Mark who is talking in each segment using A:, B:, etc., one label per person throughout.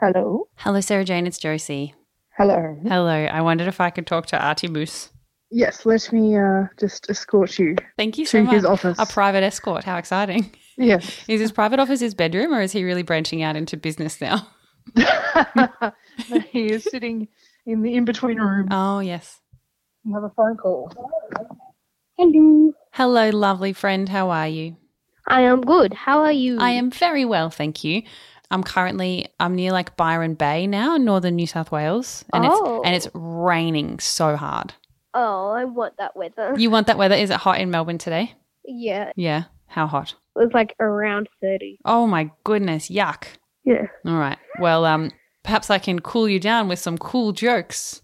A: Hello.
B: Hello, Sarah Jane. It's Josie.
A: Hello.
B: Hello. I wondered if I could talk to Artie Moose.
A: Uh, Yes, let me uh, just escort you
B: Thank you so
A: to
B: much.
A: his office.
B: A private escort. How exciting.
A: yes.
B: Is his private office his bedroom or is he really branching out into business now?
A: he is sitting in the in between room.
B: Oh, yes.
A: We have a phone call. Hello.
B: Hello, lovely friend. How are you?
C: I am good. How are you?
B: I am very well, thank you. I'm currently I'm near like Byron Bay now, northern New South Wales, and
C: Oh.
B: it's and it's raining so hard.
C: Oh, I want that weather.
B: You want that weather? Is it hot in Melbourne today?
C: Yeah, it
B: Yeah. How hot?
C: was like around 30.
B: Oh my goodness, yuck.
C: Yeah.
B: All right. Well, um perhaps I can cool you down with some cool jokes.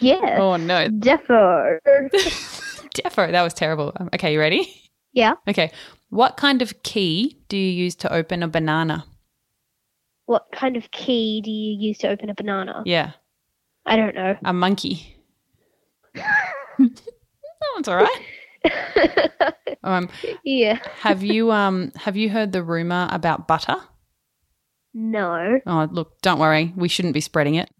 C: Yeah.
B: Oh no.
C: Defo.
B: Defo, that was terrible. Um, Okay, you ready?
C: Yeah.
B: Okay. What kind of key do you use to open a banana?
C: What kind of key do you use to open a banana?
B: Yeah.
C: I don't know.
B: A monkey. that one's all right. Um,
C: yeah.
B: have you um have you heard the rumor about butter?
C: No.
B: Oh, look, don't worry, we shouldn't be spreading it.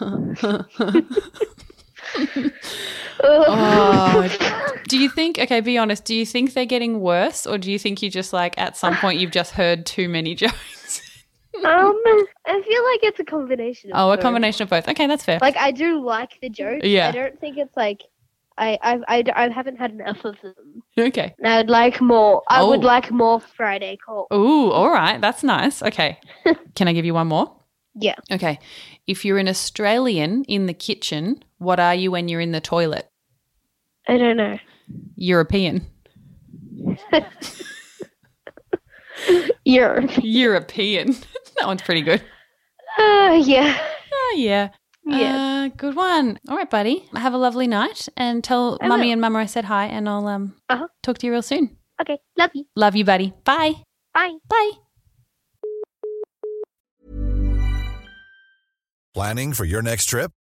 B: Oh. do you think? Okay, be honest. Do you think they're getting worse, or do you think you just like at some point you've just heard too many jokes?
C: um, I feel like it's a combination. Of
B: oh, a
C: both.
B: combination of both. Okay, that's fair.
C: Like I do like the jokes.
B: Yeah.
C: I don't think it's like I I I, I haven't had enough of them.
B: okay.
C: And I would like more. I would
B: Oh.
C: like more Friday call.
B: Ooh, all right, that's nice. Okay, can I give you one more?
C: Yeah.
B: Okay, if you're an Australian in the kitchen, what are you when you're in the toilet?
C: I don't know.
B: European.
C: Europe.
B: European. that one's pretty good.
C: Uh, yeah.
B: Oh, yeah. Uh,
C: Yeah.
B: good one. All right, buddy. Have a lovely night and tell
C: I
B: mummy
C: will.
B: and mama I said hi and I'll um
C: Uh-huh.
B: talk to you real soon.
C: Uh, okay. Love you.
B: Love you, buddy. Bye.
C: Bye.
B: Bye.
D: Planning for your next trip?